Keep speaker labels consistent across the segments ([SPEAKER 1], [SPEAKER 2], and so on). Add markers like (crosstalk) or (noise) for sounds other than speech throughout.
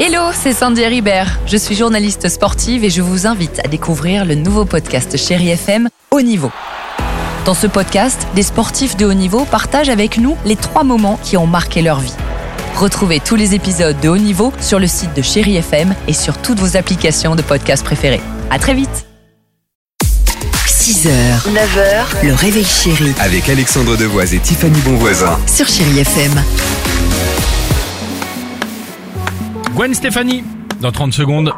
[SPEAKER 1] Hello, c'est Sandy Ribert. Je suis journaliste sportive et je vous invite à découvrir le nouveau podcast Chéri FM Haut Niveau. Dans ce podcast, des sportifs de haut niveau partagent avec nous les trois moments qui ont marqué leur vie. Retrouvez tous les épisodes de Haut Niveau sur le site de Chéri FM et sur toutes vos applications de podcast préférées. À très vite.
[SPEAKER 2] 6h, 9h, le réveil chéri
[SPEAKER 3] Avec Alexandre Devoise et Tiffany Bonvoisin.
[SPEAKER 2] sur Chéri FM.
[SPEAKER 4] Gwen Stéphanie, dans 30 secondes.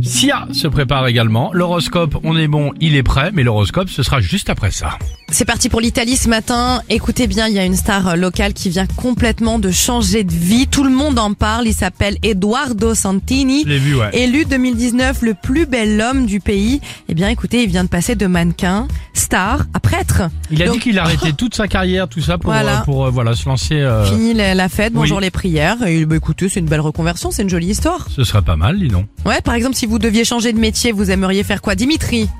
[SPEAKER 4] Sia se prépare également. L'horoscope, on est bon, il est prêt, mais l'horoscope, ce sera juste après ça.
[SPEAKER 5] C'est parti pour l'Italie ce matin. Écoutez bien, il y a une star locale qui vient complètement de changer de vie. Tout le monde en parle. Il s'appelle Eduardo Santini.
[SPEAKER 4] Je l'ai vu, ouais.
[SPEAKER 5] Élu 2019 le plus bel homme du pays. Eh bien, écoutez, il vient de passer de mannequin, star, à prêtre.
[SPEAKER 4] Il a
[SPEAKER 5] Donc-
[SPEAKER 4] dit qu'il arrêtait toute sa carrière, tout ça, pour,
[SPEAKER 5] Voilà.
[SPEAKER 4] euh, pour euh, voilà, se lancer. euh,
[SPEAKER 5] Fini la, la fête, bonjour
[SPEAKER 4] oui.
[SPEAKER 5] les prières. Et bah, écoutez, c'est une belle reconversion, c'est une jolie histoire.
[SPEAKER 4] ce serait pas mal, dis donc.
[SPEAKER 5] Ouais, par exemple, si vous deviez changer de métier, vous aimeriez faire quoi, Dimitri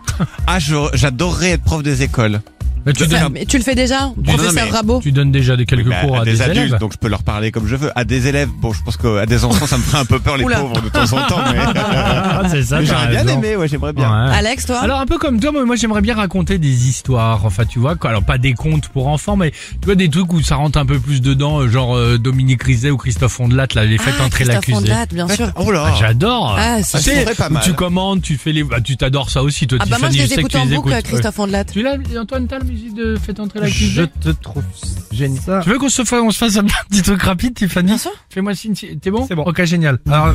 [SPEAKER 6] Ah, je- j'adorerais être prof des écoles.
[SPEAKER 4] Mais tu,
[SPEAKER 6] Je-
[SPEAKER 4] donnes,
[SPEAKER 5] Ça, mais Tu le fais déjà,
[SPEAKER 6] non,
[SPEAKER 5] professeur
[SPEAKER 6] mais-
[SPEAKER 5] Rabot.
[SPEAKER 4] tu donnes déjà des quelques
[SPEAKER 6] Oui, bah,
[SPEAKER 4] cours à,
[SPEAKER 6] des, adultes,
[SPEAKER 4] élèves.
[SPEAKER 6] donc je peux leur parler comme je veux. À des élèves, bon, je pense qu'à des enfants, ça me ferait un peu peur, les
[SPEAKER 5] Oula.
[SPEAKER 6] pauvres, de temps en temps. Mais,
[SPEAKER 4] Ah, (laughs) c'est ça,
[SPEAKER 6] mais
[SPEAKER 4] t'as
[SPEAKER 6] j'aurais bien
[SPEAKER 4] raison.
[SPEAKER 6] aimé, ouais, j'aimerais
[SPEAKER 4] Ouais.
[SPEAKER 6] bien.
[SPEAKER 5] Alex, toi
[SPEAKER 4] Alors un peu comme toi, moi, moi, j'aimerais bien raconter des histoires. Enfin, tu vois, quoi. alors pas des contes pour enfants, mais tu vois des trucs où ça rentre un peu plus dedans, euh, genre euh, Dominique Rizet ou Christophe Ondelat, là, les faites
[SPEAKER 5] ah,
[SPEAKER 4] entrer
[SPEAKER 5] Christophe
[SPEAKER 4] l'accusé.
[SPEAKER 5] Ondelat, bien sûr.
[SPEAKER 6] Oh là
[SPEAKER 4] Ah, J'adore.
[SPEAKER 5] Ah, si.
[SPEAKER 6] Ah, c'est vrai, pas
[SPEAKER 4] où
[SPEAKER 6] mal.
[SPEAKER 4] tu commandes, tu fais les, bah, tu t'adores ça aussi, toi,
[SPEAKER 5] Ah bah
[SPEAKER 4] Tiffany.
[SPEAKER 5] moi je les
[SPEAKER 4] sais que
[SPEAKER 5] écoute
[SPEAKER 4] tu
[SPEAKER 5] en
[SPEAKER 4] les
[SPEAKER 5] boucle,
[SPEAKER 4] écoutes.
[SPEAKER 5] Christophe Ondelat.
[SPEAKER 4] Ouais. Tu l'as, Antoine, t'as la musique de Faites entrer la
[SPEAKER 7] Je
[SPEAKER 4] cuisine
[SPEAKER 7] te trouve génial.
[SPEAKER 4] Tu veux qu'on se fasse, on se fasse un (laughs) petit truc rapide, Tiffany?
[SPEAKER 5] Bien sûr.
[SPEAKER 4] Fais-moi signe, si- t'es bon?
[SPEAKER 7] C'est bon.
[SPEAKER 4] Ok, génial. Alors...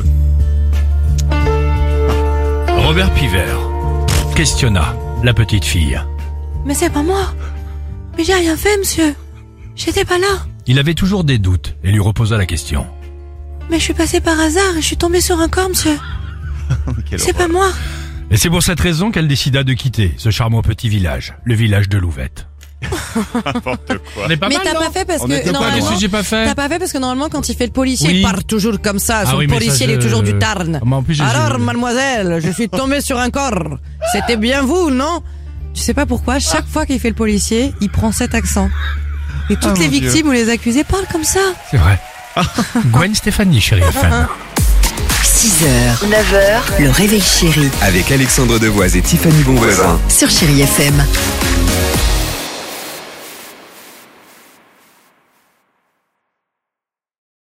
[SPEAKER 4] Robert Piver questionna la petite fille.
[SPEAKER 5] Mais c'est pas moi. Mais j'ai rien fait, monsieur. J'étais pas là.
[SPEAKER 4] Il avait toujours des doutes et lui reposa la question.
[SPEAKER 5] Mais je suis passé par hasard et je suis tombé sur un
[SPEAKER 4] (laughs)
[SPEAKER 5] corps, monsieur.
[SPEAKER 6] Quelle
[SPEAKER 5] C'est pas moi.
[SPEAKER 4] Et c'est pour cette raison qu'elle décida de quitter ce charmant petit village, le village de (laughs) Louvette.
[SPEAKER 6] N'importe quoi.
[SPEAKER 4] On est pas
[SPEAKER 5] mais
[SPEAKER 4] mal,
[SPEAKER 5] t'as
[SPEAKER 4] non
[SPEAKER 5] pas fait parce
[SPEAKER 6] On
[SPEAKER 5] que
[SPEAKER 6] était pas
[SPEAKER 4] Qu'est-ce
[SPEAKER 5] normalement.
[SPEAKER 4] que Ah, j'ai pas fait?
[SPEAKER 5] Ah, T'as pas fait parce que normalement quand il fait le policier,
[SPEAKER 4] Oui.
[SPEAKER 5] il part toujours comme ça.
[SPEAKER 4] Ah
[SPEAKER 5] Son
[SPEAKER 4] oui, mais ça,
[SPEAKER 5] policier, il
[SPEAKER 4] je-
[SPEAKER 5] est toujours du Tarn.
[SPEAKER 4] Ah, mais en plus, j'ai-
[SPEAKER 5] Alors, mademoiselle, je suis tombé sur un corps. C'était bien vous, non Tu sais pas pourquoi, chaque fois qu'il fait le policier, il prend cet accent. Et toutes
[SPEAKER 4] Ah,
[SPEAKER 6] mon
[SPEAKER 5] les
[SPEAKER 6] Dieu.
[SPEAKER 5] victimes ou les accusés parlent comme ça.
[SPEAKER 4] C'est
[SPEAKER 5] (laughs)
[SPEAKER 4] vrai. Gwen Stéphanie, chérie FM.
[SPEAKER 2] 6h, 9h, le réveil chéri
[SPEAKER 3] Avec Alexandre Devoise et Tiffany Bonvoisin.
[SPEAKER 2] sur Chéri FM.